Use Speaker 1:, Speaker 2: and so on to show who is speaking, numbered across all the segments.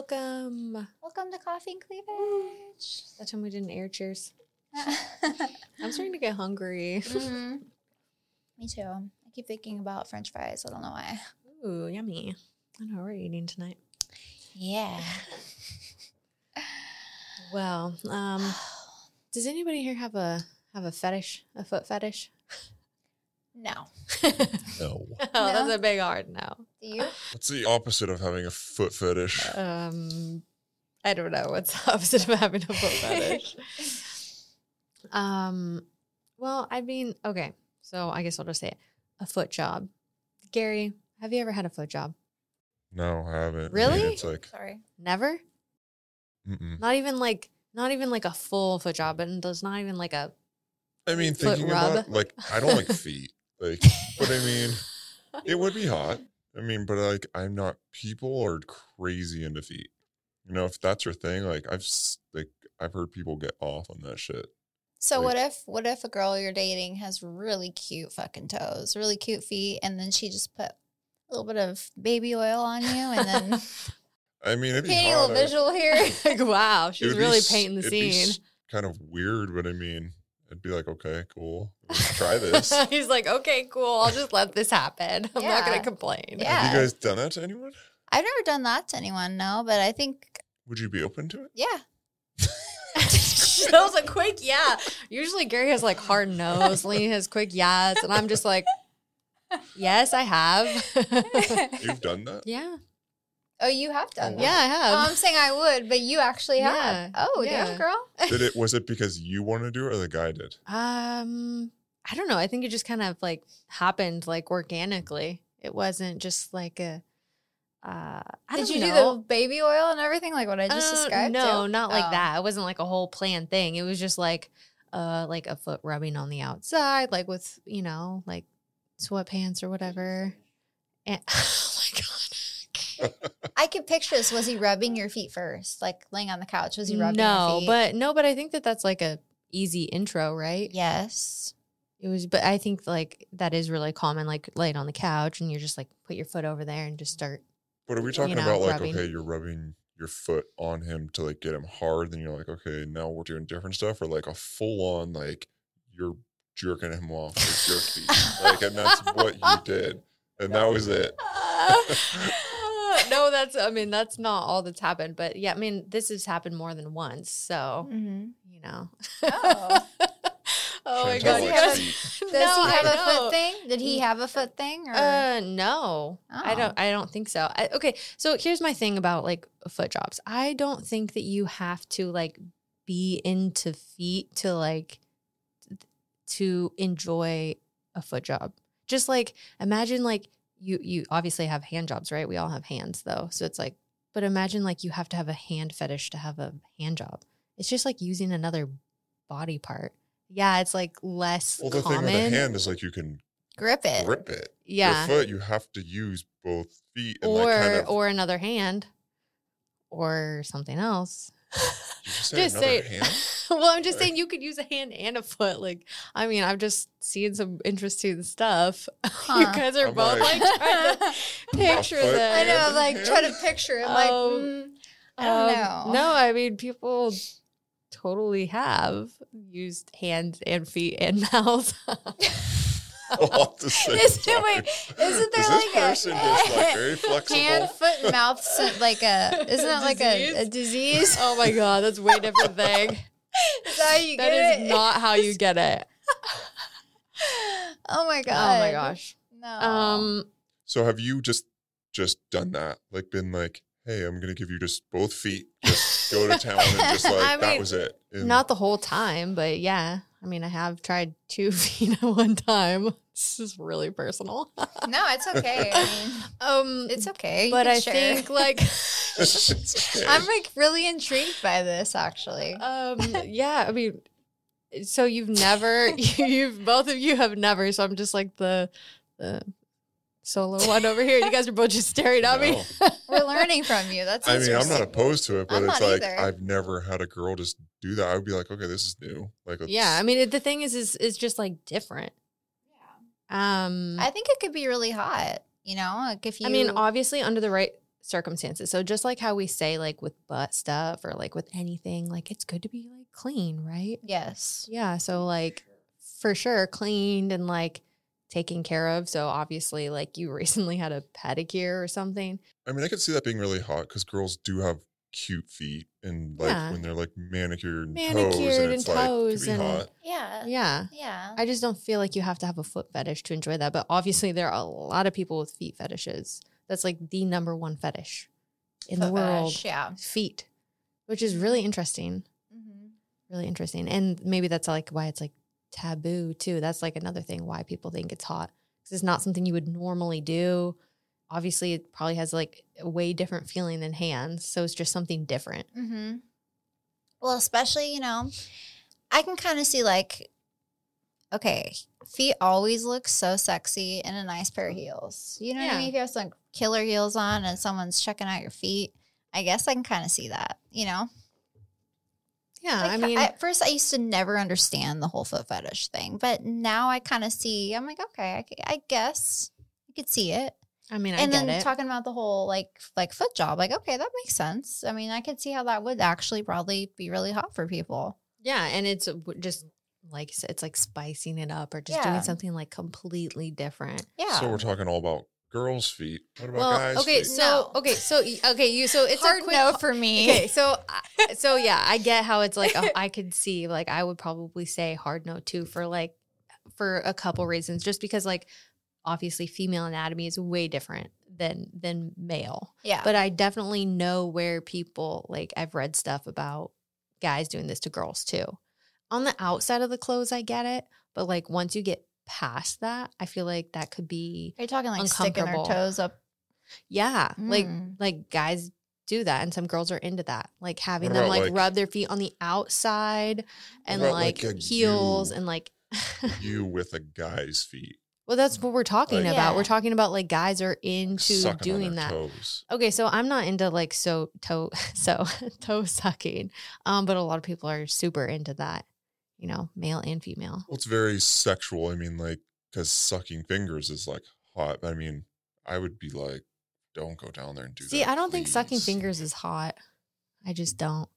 Speaker 1: Welcome.
Speaker 2: Welcome to Coffee and Cleavage.
Speaker 1: That time we did an air cheers. I'm starting to get hungry.
Speaker 2: Mhm. Me too. I keep thinking about French fries. I don't know why.
Speaker 1: Ooh, yummy. I know we're eating tonight.
Speaker 2: Yeah.
Speaker 1: Well, um, does anybody here have a have a fetish, a foot fetish?
Speaker 2: No.
Speaker 1: no,
Speaker 3: No.
Speaker 1: Oh, that's a big hard no.
Speaker 2: Do you?
Speaker 3: What's the opposite of having a foot fetish?
Speaker 1: Um, I don't know what's the opposite of having a foot fetish. um, well, I mean, okay, so I guess I'll just say it: a foot job. Gary, have you ever had a foot job?
Speaker 3: No, I haven't. I
Speaker 1: Really?
Speaker 3: mean, it's like,
Speaker 2: Sorry.
Speaker 1: Never.
Speaker 3: mm-mm.
Speaker 1: Not even like not even like a full foot job, and there's not even like a
Speaker 3: I mean,
Speaker 1: Foot
Speaker 3: thinking
Speaker 1: rub.
Speaker 3: about it, like, I don't like feet. Like, but I mean, it would be hot. I mean, but like, I'm not. People are crazy into feet. You know, if that's your thing, like, I've s- like, I've heard people get off on that shit.
Speaker 2: So
Speaker 3: Like-
Speaker 2: what if what if a girl you're dating has really cute fucking toes, really cute feet, and then she just put a little bit of baby oil on you, and then
Speaker 3: I mean, it'd be
Speaker 2: painting a
Speaker 3: hot.
Speaker 2: little visual here.
Speaker 1: like wow, she's really painting the scene.
Speaker 3: kind of weird, but I mean, I'd be like, okay, cool, let's try this. Have
Speaker 1: He's like, okay, cool. I'll just let this happen. I'm not
Speaker 2: Yeah.
Speaker 1: gonna complain.
Speaker 2: Yeah.
Speaker 3: you guys done that to anyone?
Speaker 2: I've never done that to anyone, no, but I think
Speaker 3: Would you be open to it?
Speaker 2: yeah.
Speaker 1: that was a quick yeah. Usually Gary has like hard nose. Lee has quick yes, and I'm just like, yes, I have.
Speaker 3: You've done that?
Speaker 1: yeah,
Speaker 2: oh, you have done that.
Speaker 1: yeah, I have.
Speaker 2: Oh, I'm saying I would, but you actually
Speaker 1: Yeah,
Speaker 2: have. Oh,
Speaker 1: yeah.
Speaker 2: damn, girl.
Speaker 3: Did it? Was it because you wanted to do it, or the guy did?
Speaker 1: Um, I don't know. I think it just kind of like happened like organically. It wasn't just like a. Uh, I
Speaker 2: Did
Speaker 1: don't
Speaker 2: you
Speaker 1: know.
Speaker 2: do the baby oil and everything like what I just
Speaker 1: Uh,
Speaker 2: described?
Speaker 1: No,
Speaker 2: too?
Speaker 1: not like
Speaker 2: Oh.
Speaker 1: that. It wasn't like a whole planned thing. It was just like, uh, like a foot rubbing on the outside, like with you know, like sweatpants or whatever. And, oh my god.
Speaker 2: I could picture this. Was he rubbing your feet first, like laying on the couch? Was he rubbing?
Speaker 1: no,
Speaker 2: your feet?
Speaker 1: but no, but I think that that's like a easy intro, right?
Speaker 2: yes.
Speaker 1: It was, but I think like that is really common, like laying on the couch and you're just like put your foot over there and just start.
Speaker 3: But are we talking
Speaker 1: know,
Speaker 3: about like
Speaker 1: rubbing.
Speaker 3: okay, you're rubbing your foot on him to like get him hard, then you're like, okay, now we're doing different stuff, or like a full on like you're jerking him off with your feet, like, and that's what you did, and that was it.
Speaker 1: no, that's, I mean, that's not all that's happened, but yeah, I mean, this has happened more than once. So,
Speaker 2: Mm-hmm.
Speaker 1: you know.
Speaker 2: Oh.
Speaker 1: Oh my
Speaker 3: Change
Speaker 1: god!
Speaker 3: out
Speaker 1: You
Speaker 2: like
Speaker 1: guys,
Speaker 3: feet.
Speaker 2: Does
Speaker 1: no,
Speaker 2: he have
Speaker 1: I
Speaker 2: a
Speaker 1: know.
Speaker 2: foot thing? Did he have a foot thing? Or
Speaker 1: Uh, no, I
Speaker 2: Oh.
Speaker 1: don't. I don't think so. I, okay, so here's my thing about like foot jobs. I don't think that you have to like be into feet to like th- to enjoy a foot job. Just like imagine like you you obviously have hand jobs, right? We all have hands though, so it's like. But imagine like you have to have a hand fetish to have a hand job. It's just like using another body part. Yeah, it's like less
Speaker 3: Well, the
Speaker 1: common. eh,
Speaker 3: thing with the hand is like you can
Speaker 2: grip it.
Speaker 3: grip it.
Speaker 1: yeah.
Speaker 3: Your foot, you have to use both feet and
Speaker 1: or
Speaker 3: like kind of.
Speaker 1: or another hand or something else
Speaker 3: Did you say
Speaker 1: just
Speaker 3: another
Speaker 1: say-
Speaker 3: hand?
Speaker 1: well i'm just
Speaker 3: Sorry.
Speaker 1: saying you could use a hand and a foot like i mean i'm just seeing some interesting stuff you
Speaker 2: Huh.
Speaker 1: guys are
Speaker 3: I'm
Speaker 1: both like,
Speaker 3: like-
Speaker 1: trying to picture
Speaker 3: foot
Speaker 1: this
Speaker 2: I know,
Speaker 3: and
Speaker 2: like
Speaker 3: hand.
Speaker 2: try to picture it. Like,
Speaker 1: Um,
Speaker 2: mm, I don't
Speaker 1: Um,
Speaker 2: know.
Speaker 1: no i mean people totally have used hands and feet and mouths
Speaker 3: All at the same
Speaker 2: Isn't it-
Speaker 3: time.
Speaker 2: wait, isn't there
Speaker 3: is this
Speaker 2: like a-
Speaker 3: person just like very flexible?
Speaker 2: hand, foot, and mouth. sy- Like a isn't that like a, a disease?
Speaker 1: oh my god that's way different thing
Speaker 2: Is that how you
Speaker 1: that
Speaker 2: get
Speaker 1: is
Speaker 2: it?
Speaker 1: not how you get it
Speaker 2: oh my god.
Speaker 1: oh my gosh
Speaker 2: No.
Speaker 1: um
Speaker 3: So have you just just done that? Like been like, hey, I'm gonna give you just both feet, just go to town and just like
Speaker 2: I
Speaker 3: that
Speaker 2: mean,
Speaker 3: was it. And
Speaker 1: Not the whole time, but yeah. I mean, I have tried two feet at one time. This is really personal.
Speaker 2: no, it's okay. I mean,
Speaker 1: Um,
Speaker 2: it's okay. You
Speaker 1: but
Speaker 2: can
Speaker 1: I
Speaker 2: share.
Speaker 1: think like,
Speaker 2: I'm like really intrigued by this actually.
Speaker 1: um, yeah. I mean, so you've never, you've both of you have never. So I'm just like the the solo one over here. You guys are both just staring at me.
Speaker 3: No.
Speaker 2: We're learning from you. That's
Speaker 3: I mean, I'm not
Speaker 2: interesting.
Speaker 3: opposed to it, but
Speaker 2: I'm
Speaker 3: it's
Speaker 2: not
Speaker 3: like
Speaker 2: either.
Speaker 3: I've never had a girl just do that. I would be like, okay, this is new. Like, let's-
Speaker 1: Yeah. I mean, it, the thing is, is it's just like different. Um,
Speaker 2: I think it could be really hot. You know, like if you.
Speaker 1: I mean, obviously, under the right circumstances. So just like how we say like with butt stuff or like with anything, like it's good to be like clean, right?
Speaker 2: Yes.
Speaker 1: Yeah. So like for sure cleaned and like taken care of. So obviously like you recently had a pedicure or something.
Speaker 3: I mean, I could see that being really hot because girls do have cute feet and like
Speaker 1: Yeah.
Speaker 3: when they're like manicured and toes
Speaker 1: Manicured
Speaker 3: and
Speaker 1: and
Speaker 3: it's like
Speaker 1: toes
Speaker 3: could be
Speaker 1: and-
Speaker 3: hot.
Speaker 2: Yeah. Yeah.
Speaker 1: Yeah.
Speaker 2: Yeah.
Speaker 1: I just don't feel like you have to have a foot fetish to enjoy that. But obviously there are a lot of people with feet fetishes. That's like the number one fetish in the
Speaker 2: Foot
Speaker 1: world.
Speaker 2: fetish, Yeah.
Speaker 1: Feet. Which is really interesting.
Speaker 2: Mhm.
Speaker 1: really interesting and maybe that's like why it's like taboo too that's like another thing why people think it's hot 'Cause it's not something you would normally do obviously it probably has like a way different feeling than hands so it's just something different
Speaker 2: Mm-hmm. Well, especially, you know, I can kind of see like, okay, feet always look so sexy in a nice pair of heels. You know what
Speaker 1: Yeah.
Speaker 2: I mean? If you have some killer heels on and someone's checking out your feet, I guess I can kind of see that, you know?
Speaker 1: yeah i
Speaker 2: Like,
Speaker 1: mean
Speaker 2: at first, I used to never understand the whole foot fetish thing, but now I kind of see, I'm like, okay, I, c- I guess I could see it
Speaker 1: i mean
Speaker 2: and
Speaker 1: i
Speaker 2: then
Speaker 1: get it
Speaker 2: talking about the whole like like foot job, like okay, that makes sense. I mean, I could see how that would actually probably be really hot for people.
Speaker 1: yeah and it's w- just like s- it's like spicing it up or just
Speaker 2: Yeah.
Speaker 1: doing something like completely different
Speaker 2: Yeah,
Speaker 3: So we're talking all about girls' feet. What about guys?
Speaker 1: okay
Speaker 3: feet?
Speaker 1: so
Speaker 2: No.
Speaker 1: okay so y- okay you so it's
Speaker 2: hard
Speaker 1: a quick
Speaker 2: no for me.
Speaker 1: Okay, so I- so yeah, I get how it's like a- I could see like I would probably say hard no too for like for a couple reasons just because like obviously female anatomy is way different than than male.
Speaker 2: Yeah,
Speaker 1: But I definitely know where people like I've read stuff about guys doing this to girls too. On the outside of the clothes I get it, but like once you get past that, I feel like that could be
Speaker 2: are you talking like sticking their
Speaker 1: uncomfortable.
Speaker 2: toes up?
Speaker 1: yeah, like
Speaker 2: Mm.
Speaker 1: like guys do that, and some girls are into that, like having
Speaker 3: What
Speaker 1: them
Speaker 3: about,
Speaker 1: like,
Speaker 3: like-
Speaker 1: rub their feet on the outside and
Speaker 3: about,
Speaker 1: like,
Speaker 3: like, a
Speaker 1: heels
Speaker 3: you?
Speaker 1: and like.
Speaker 3: you with a guy's feet
Speaker 1: well, that's what we're talking
Speaker 3: Like-
Speaker 1: about.
Speaker 2: Yeah.
Speaker 1: We're talking about like guys are into
Speaker 3: sucking
Speaker 1: doing
Speaker 3: on their
Speaker 1: that.
Speaker 3: toes.
Speaker 1: Okay, so I'm not into like so toe so toe sucking, um, but a lot of people are super into that. You know, male and female.
Speaker 3: Well, it's very sexual. I mean, like, because sucking fingers is like hot. I mean, I would be like, don't go down there and do
Speaker 1: See,
Speaker 3: that.
Speaker 1: I don't think sucking
Speaker 3: please.
Speaker 1: fingers is hot. I just don't.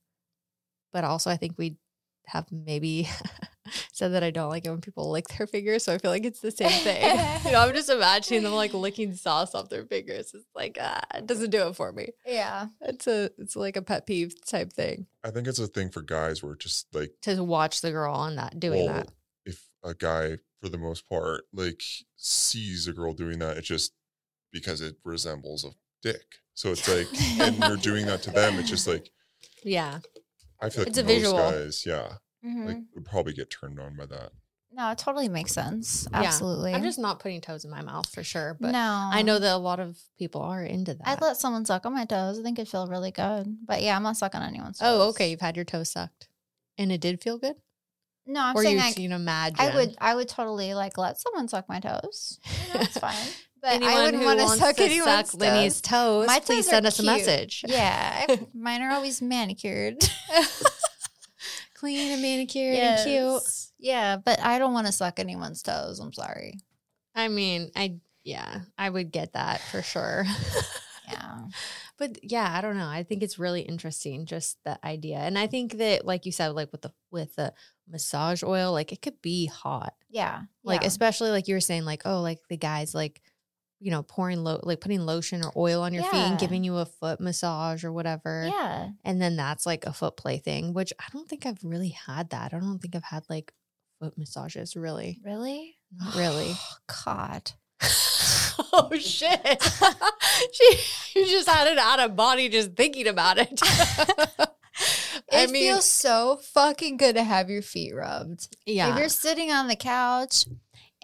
Speaker 1: But also, I think we have maybe said that I don't like it when people lick their fingers. So I feel like it's the same thing. you know, I'm just imagining them like licking sauce off their fingers. It's like, ah, it doesn't do it for me.
Speaker 2: Yeah,
Speaker 1: It's a, it's like a pet peeve type thing
Speaker 3: I think it's a thing for guys where just like,
Speaker 1: to watch the girl on that doing
Speaker 3: well,
Speaker 1: that.
Speaker 3: if a guy, for the most part, like sees a girl doing that, it's just because it resembles a dick. So it's like, and you're doing that to them. It's just like,
Speaker 1: Yeah.
Speaker 3: I feel like
Speaker 1: It's a
Speaker 3: most
Speaker 1: visual. Mm-hmm.
Speaker 3: guys, yeah,
Speaker 2: Mhm.
Speaker 3: like would probably get turned on by that.
Speaker 2: no, it totally makes sense.
Speaker 1: Yeah.
Speaker 2: Absolutely.
Speaker 1: I'm just not putting toes in my mouth for sure. But
Speaker 2: no,
Speaker 1: I know that a lot of people are into that.
Speaker 2: I'd let someone suck on my toes. I think it'd feel really good. But yeah, I'm not sucking anyone's.
Speaker 1: oh,
Speaker 2: toes.
Speaker 1: okay. You've had your toes sucked and it did feel good?
Speaker 2: No, I'm
Speaker 1: or
Speaker 2: saying
Speaker 1: you've
Speaker 2: I,
Speaker 1: seen a mad
Speaker 2: I
Speaker 1: gym.
Speaker 2: would I would totally like let someone suck my toes. You know, it's fine. But
Speaker 1: Anyone
Speaker 2: I wouldn't
Speaker 1: who
Speaker 2: want to
Speaker 1: wants
Speaker 2: suck
Speaker 1: to
Speaker 2: anyone's
Speaker 1: suck Lenny's
Speaker 2: toes.
Speaker 1: toes.
Speaker 2: My
Speaker 1: please
Speaker 2: toes are
Speaker 1: send us
Speaker 2: cute.
Speaker 1: a message.
Speaker 2: Yeah, I- mine are always manicured.
Speaker 1: Clean and manicured
Speaker 2: Yes.
Speaker 1: and cute.
Speaker 2: Yeah, but I don't want to suck anyone's toes. I'm sorry.
Speaker 1: I mean, I yeah, I would get that for sure.
Speaker 2: Yeah.
Speaker 1: but yeah, I don't know. I think it's really interesting just the idea. And I think that like you said like with the with the massage oil, like it could be hot.
Speaker 2: Yeah.
Speaker 1: Like
Speaker 2: yeah.
Speaker 1: especially like you were saying like oh, like the guys like you know, pouring lo- like putting lotion or oil on your feet
Speaker 2: Yeah.
Speaker 1: and giving you a foot massage or whatever.
Speaker 2: yeah.
Speaker 1: And then that's like a foot play thing, which I don't think I've really had that. I don't think I've had like foot massages really.
Speaker 2: Really?
Speaker 1: Not really.
Speaker 2: Oh, God.
Speaker 1: oh shit. she you just had it out of body just thinking about it. I
Speaker 2: it
Speaker 1: mean,
Speaker 2: feels so fucking good to have your feet rubbed. If
Speaker 1: yeah.
Speaker 2: you're sitting on the couch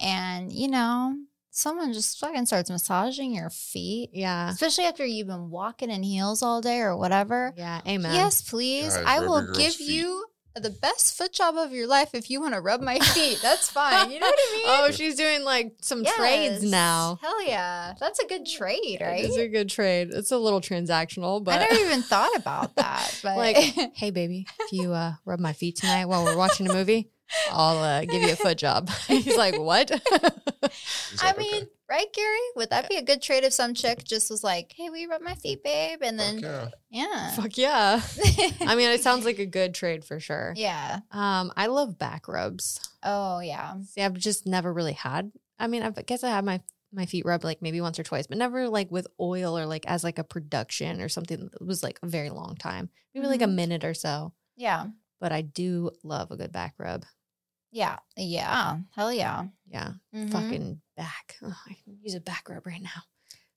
Speaker 2: and, you know, someone just fucking starts massaging your feet,
Speaker 1: Yeah.
Speaker 2: especially after you've been walking in heels all day or whatever.
Speaker 1: Yeah. Amen.
Speaker 2: Yes, please.
Speaker 3: Guys,
Speaker 2: I
Speaker 3: rub
Speaker 2: will
Speaker 3: your girl's
Speaker 2: give
Speaker 3: feet.
Speaker 2: you the best foot job of your life if you want to rub my feet. That's fine. You know what I mean?
Speaker 1: Oh, she's doing like some trades
Speaker 2: Yes.
Speaker 1: now.
Speaker 2: Hell yeah. That's a good trade, right?
Speaker 1: It's a good trade. It's a little transactional,
Speaker 2: I
Speaker 1: but
Speaker 2: never even thought about that. But
Speaker 1: like, hey baby, if you uh, rub my feet tonight while we're watching a movie, I'll uh, give you a foot job. He's like, what?
Speaker 3: He's
Speaker 2: I
Speaker 3: like,
Speaker 2: mean,
Speaker 3: "Okay,
Speaker 2: right, Gary? Would that be a good trade if some chick just was like, "Hey, we rub my feet, babe," and
Speaker 3: fuck
Speaker 2: then
Speaker 3: yeah.
Speaker 2: yeah,
Speaker 1: Fuck yeah. I mean, it sounds like a good trade for sure.
Speaker 2: yeah,
Speaker 1: Um, I love back rubs.
Speaker 2: oh yeah,
Speaker 1: See, I've just never really had. I mean, I've- I guess I had my my feet rubbed like maybe once or twice, but never like with oil or like as like a production or something. It was like a very long time, maybe like a
Speaker 2: Mhm.
Speaker 1: minute or so.
Speaker 2: yeah,
Speaker 1: But I do love a good back rub.
Speaker 2: yeah, yeah, hell yeah,
Speaker 1: Yeah,
Speaker 2: Mhm.
Speaker 1: fucking back. Ugh, I can use a back rub right now.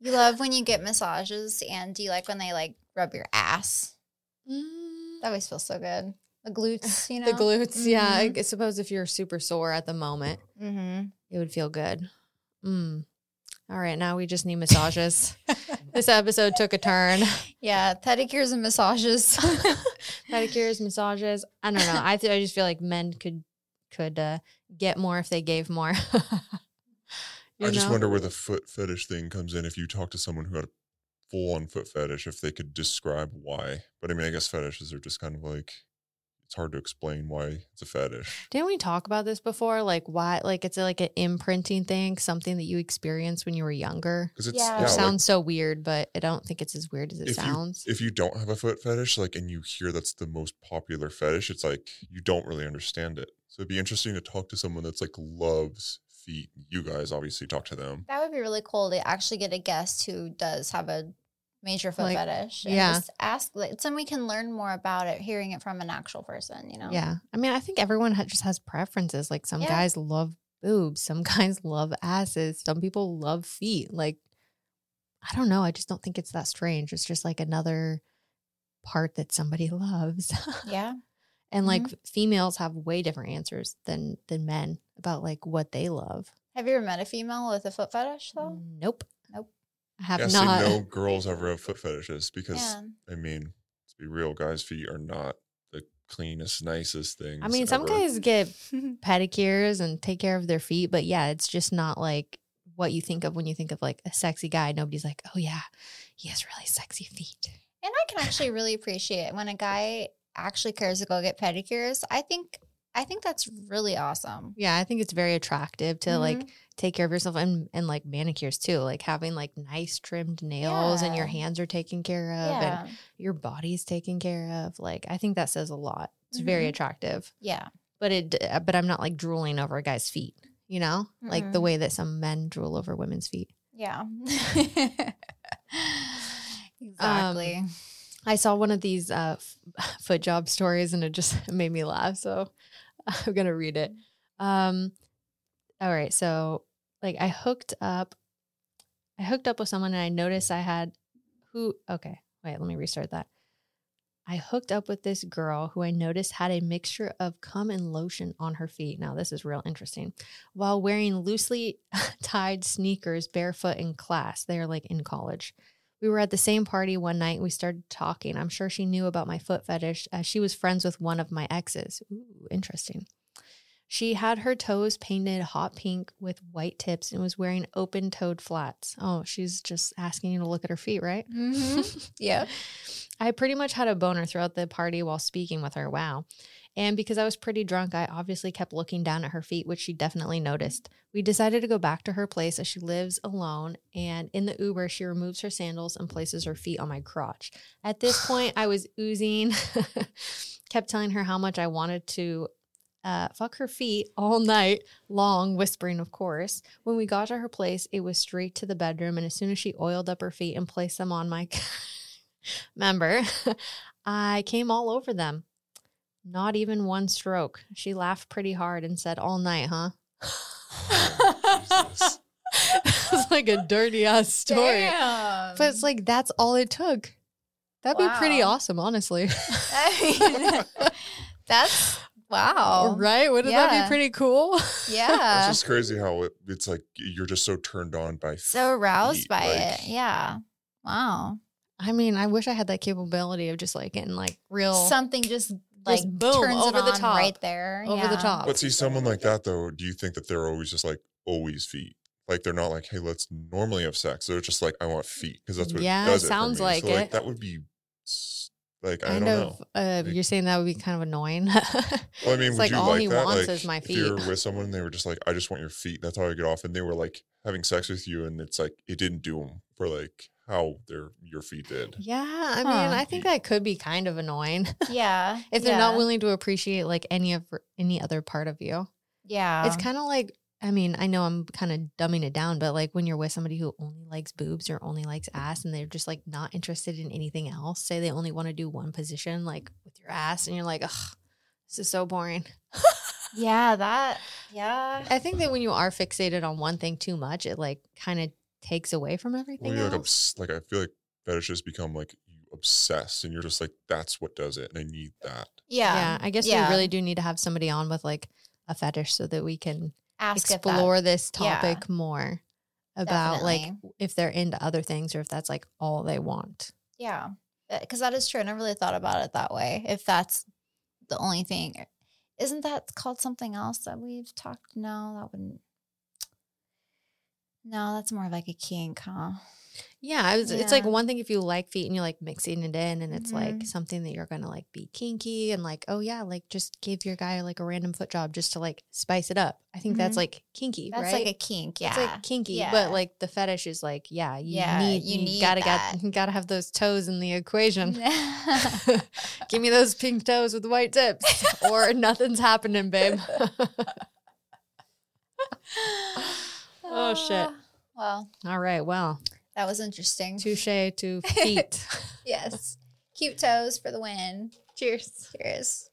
Speaker 2: You love when you get massages, and do you like when they like rub your ass?
Speaker 1: Mm,
Speaker 2: That always feels so good. The glutes, you know,
Speaker 1: The glutes. Yeah, I
Speaker 2: Mhm.
Speaker 1: g- suppose if you're super sore at the moment,
Speaker 2: Mm-hmm.
Speaker 1: it would feel good. Mm. All right, now we just need massages. this episode took a turn.
Speaker 2: Yeah, pedicures and massages.
Speaker 1: pedicures, massages. I don't know. I th- I just feel like men could could uh, get more if they gave more.
Speaker 3: I
Speaker 1: You
Speaker 3: just
Speaker 1: know?
Speaker 3: wonder where the foot fetish thing comes in. If you talk to someone who had a full on foot fetish, if they could describe why. But I mean, I guess fetishes are just kind of like it's hard to explain why it's a fetish.
Speaker 1: Didn't we talk about this before? Like why? Like it's like an imprinting thing, something that you experienced when you were younger.
Speaker 3: Because it's
Speaker 2: Yeah.
Speaker 3: yeah.
Speaker 1: Which
Speaker 3: like,
Speaker 1: sounds so weird, but I don't think it's as weird as it
Speaker 3: If you-
Speaker 1: sounds.
Speaker 3: if you don't have a foot fetish, like, and you hear that's the most popular fetish, it's like you don't really understand it. So it'd be interesting to talk to someone that's like loves feet. You guys obviously talk to them.
Speaker 2: That would be really cool to actually get a guest who does have a major foot
Speaker 1: Like,
Speaker 2: fetish. and
Speaker 1: yeah.
Speaker 2: Just ask, like, then we can learn more about it, hearing it from an actual person, you know?
Speaker 1: Yeah, I mean, I think everyone ha- just has preferences. Like some
Speaker 2: Yeah.
Speaker 1: guys love boobs, some guys love asses, some people love feet. Like I don't know. I just don't think it's that strange. It's just like another part that somebody loves.
Speaker 2: Yeah.
Speaker 1: and
Speaker 2: Mm-hmm.
Speaker 1: like females have way different answers than than men about like what they love.
Speaker 2: Have you ever met a female with a foot fetish, though?
Speaker 1: Nope.
Speaker 2: Nope.
Speaker 1: I have
Speaker 3: yeah, see,
Speaker 1: not.
Speaker 3: no girls ever have foot fetishes because
Speaker 2: Yeah.
Speaker 3: I mean, to be real, guys' feet are not the cleanest, nicest things.
Speaker 1: I mean, some
Speaker 3: ever.
Speaker 1: guys get pedicures and take care of their feet, but yeah, it's just not like what you think of when you think of like a sexy guy. Nobody's like, oh yeah, he has really sexy feet.
Speaker 2: And I can actually really appreciate when a guy actually cares to go get pedicures. I think, I think that's really awesome.
Speaker 1: Yeah, I think it's very attractive to
Speaker 2: Mm-hmm.
Speaker 1: like take care of yourself and and like manicures too, like having like nice trimmed nails and your
Speaker 2: Yeah.
Speaker 1: hands are taken care of and
Speaker 2: Yeah.
Speaker 1: your body's taken care of. Like I think that says a lot. It's very
Speaker 2: Mhm.
Speaker 1: attractive,
Speaker 2: Yeah.
Speaker 1: but it but I'm not like drooling over a guy's feet. You know, like the
Speaker 2: Mm-mm.
Speaker 1: way that some men drool over women's feet.
Speaker 2: Yeah. exactly.
Speaker 1: Um. I saw one of these uh, f- foot job stories and it just made me laugh. So I'm going to read it. Um, all right. So, like, I hooked up, I hooked up with someone and I noticed I had who, okay, wait, let me restart that. I hooked up with this girl who I noticed had a mixture of cum and lotion on her feet. Now, this is real interesting. While wearing loosely tied sneakers, barefoot in class, they're like in college. We were at the same party one night. and We started talking. I'm sure she knew about my foot fetish as she was friends with one of my exes. Ooh, interesting. She had her toes painted hot pink with white tips and was wearing open toed flats. Oh, she's just asking you to look at her feet, right?
Speaker 2: hmm Yeah.
Speaker 1: I pretty much had a boner throughout the party while speaking with her. Wow. And because I was pretty drunk, I obviously kept looking down at her feet, which she definitely noticed. We decided to go back to her place as she lives alone. And in the Uber, she removes her sandals and places her feet on my crotch. At this point, I was oozing, kept telling her how much I wanted to uh, fuck her feet all night long, whispering, of course. When we got to her place, it was straight to the bedroom. And as soon as she oiled up her feet and placed them on my member, I came all over them. Not even one stroke. She laughed pretty hard and said, All night, huh?
Speaker 3: Jesus.
Speaker 1: it's like a dirty ass story.
Speaker 2: Damn.
Speaker 1: But it's like, that's all it took. That'd be pretty
Speaker 2: Wow.
Speaker 1: awesome, honestly.
Speaker 2: I mean, that's wow.
Speaker 1: right? Wouldn't that
Speaker 2: Yeah.
Speaker 1: be pretty cool?
Speaker 3: It's
Speaker 2: Yeah.
Speaker 3: just crazy how it, it's like you're just so turned on by
Speaker 2: So aroused
Speaker 3: feet,
Speaker 2: by
Speaker 3: like-
Speaker 2: it. Yeah. Wow.
Speaker 1: I mean, I wish I had that capability of just like getting like real.
Speaker 2: Something just like
Speaker 1: boom,
Speaker 2: turns
Speaker 1: over
Speaker 2: it
Speaker 1: the
Speaker 2: on
Speaker 1: top.
Speaker 2: right there.
Speaker 1: Over the
Speaker 2: Yeah.
Speaker 1: top.
Speaker 3: But see, someone like that though, do you think that they're always just like always feet? Like they're not like, hey, let's normally have sex. They're just like, I want feet because that's what
Speaker 1: Yeah,
Speaker 3: it does. it for
Speaker 1: sounds
Speaker 3: me.
Speaker 1: like
Speaker 3: so, like
Speaker 1: it.
Speaker 3: that would be s- Like I
Speaker 1: Kind
Speaker 3: don't
Speaker 1: of.
Speaker 3: know.
Speaker 1: Uh,
Speaker 3: Like-
Speaker 1: you're saying that would be kind of annoying.
Speaker 3: Well, I mean,
Speaker 1: it's
Speaker 3: would
Speaker 1: like
Speaker 3: you
Speaker 1: all
Speaker 3: like
Speaker 1: he
Speaker 3: that?
Speaker 1: wants
Speaker 3: Like,
Speaker 1: is my
Speaker 3: If
Speaker 1: feet.
Speaker 3: you're with someone, and they were just like, "I just want your feet." That's how I get off, and they were like having sex with you, and it's like it didn't do them for like how their your feet did.
Speaker 1: Yeah, I
Speaker 2: Huh.
Speaker 1: mean, I think that could be kind of annoying
Speaker 2: Yeah.
Speaker 1: if they're not
Speaker 2: yeah,
Speaker 1: willing to appreciate like any of any other part of you.
Speaker 2: Yeah.
Speaker 1: It's kind of like, I mean, I know I'm kind of dumbing it down, but like when you're with somebody who only likes boobs or only likes ass and they're just like not interested in anything else, say they only want to do one position, like with your ass, and you're like, ugh, this is so boring.
Speaker 2: yeah, that. Yeah.
Speaker 1: I think that when you are fixated on one thing too much, it like kind of takes away from
Speaker 3: Well,
Speaker 1: everything
Speaker 3: you're like,
Speaker 1: else.
Speaker 3: obs- like I feel like fetishes become like you obsess, and you're just like, "That's what does it," and I need that.
Speaker 2: Yeah.
Speaker 1: yeah, I guess
Speaker 2: Yeah.
Speaker 1: we really do need to have somebody on with like a fetish so that we can
Speaker 2: Ask if that-
Speaker 1: explore this
Speaker 2: Yeah.
Speaker 1: topic more about like
Speaker 2: Definitely.
Speaker 1: if they're into other things or if that's like all they want.
Speaker 2: Yeah. Because that is true. I never really thought about it that way. If that's the only thing, eh, isn't that called something else that we've talked? No, that wouldn't. No, that's more of like a kink, huh?
Speaker 1: Yeah, Mm-hmm. it was, it's like
Speaker 2: Yeah.
Speaker 1: one thing if you like feet and you like mixing it in, and it's
Speaker 2: Mhm.
Speaker 1: like something that you're gonna like be kinky and like, oh yeah, like just give your guy like a random foot job just to like spice it up. I think Mm-hmm. that's
Speaker 2: Mhm.
Speaker 1: like kinky,
Speaker 2: That's
Speaker 1: right?
Speaker 2: like a kink. Yeah.
Speaker 1: It's like kinky,
Speaker 2: Yeah.
Speaker 1: but like the fetish is like, yeah, you
Speaker 2: Yeah,
Speaker 1: need
Speaker 2: you
Speaker 1: you,
Speaker 2: need
Speaker 1: gotta
Speaker 2: that.
Speaker 1: get you gotta have those toes in the equation.
Speaker 2: yeah.
Speaker 1: Give me those pink toes with white tips, or nothing's happening, babe. Oh, shit.
Speaker 2: Well,
Speaker 1: All right, well,
Speaker 2: that was interesting.
Speaker 1: touche to feet.
Speaker 2: Yes. Cute toes for the win. Cheers. Cheers.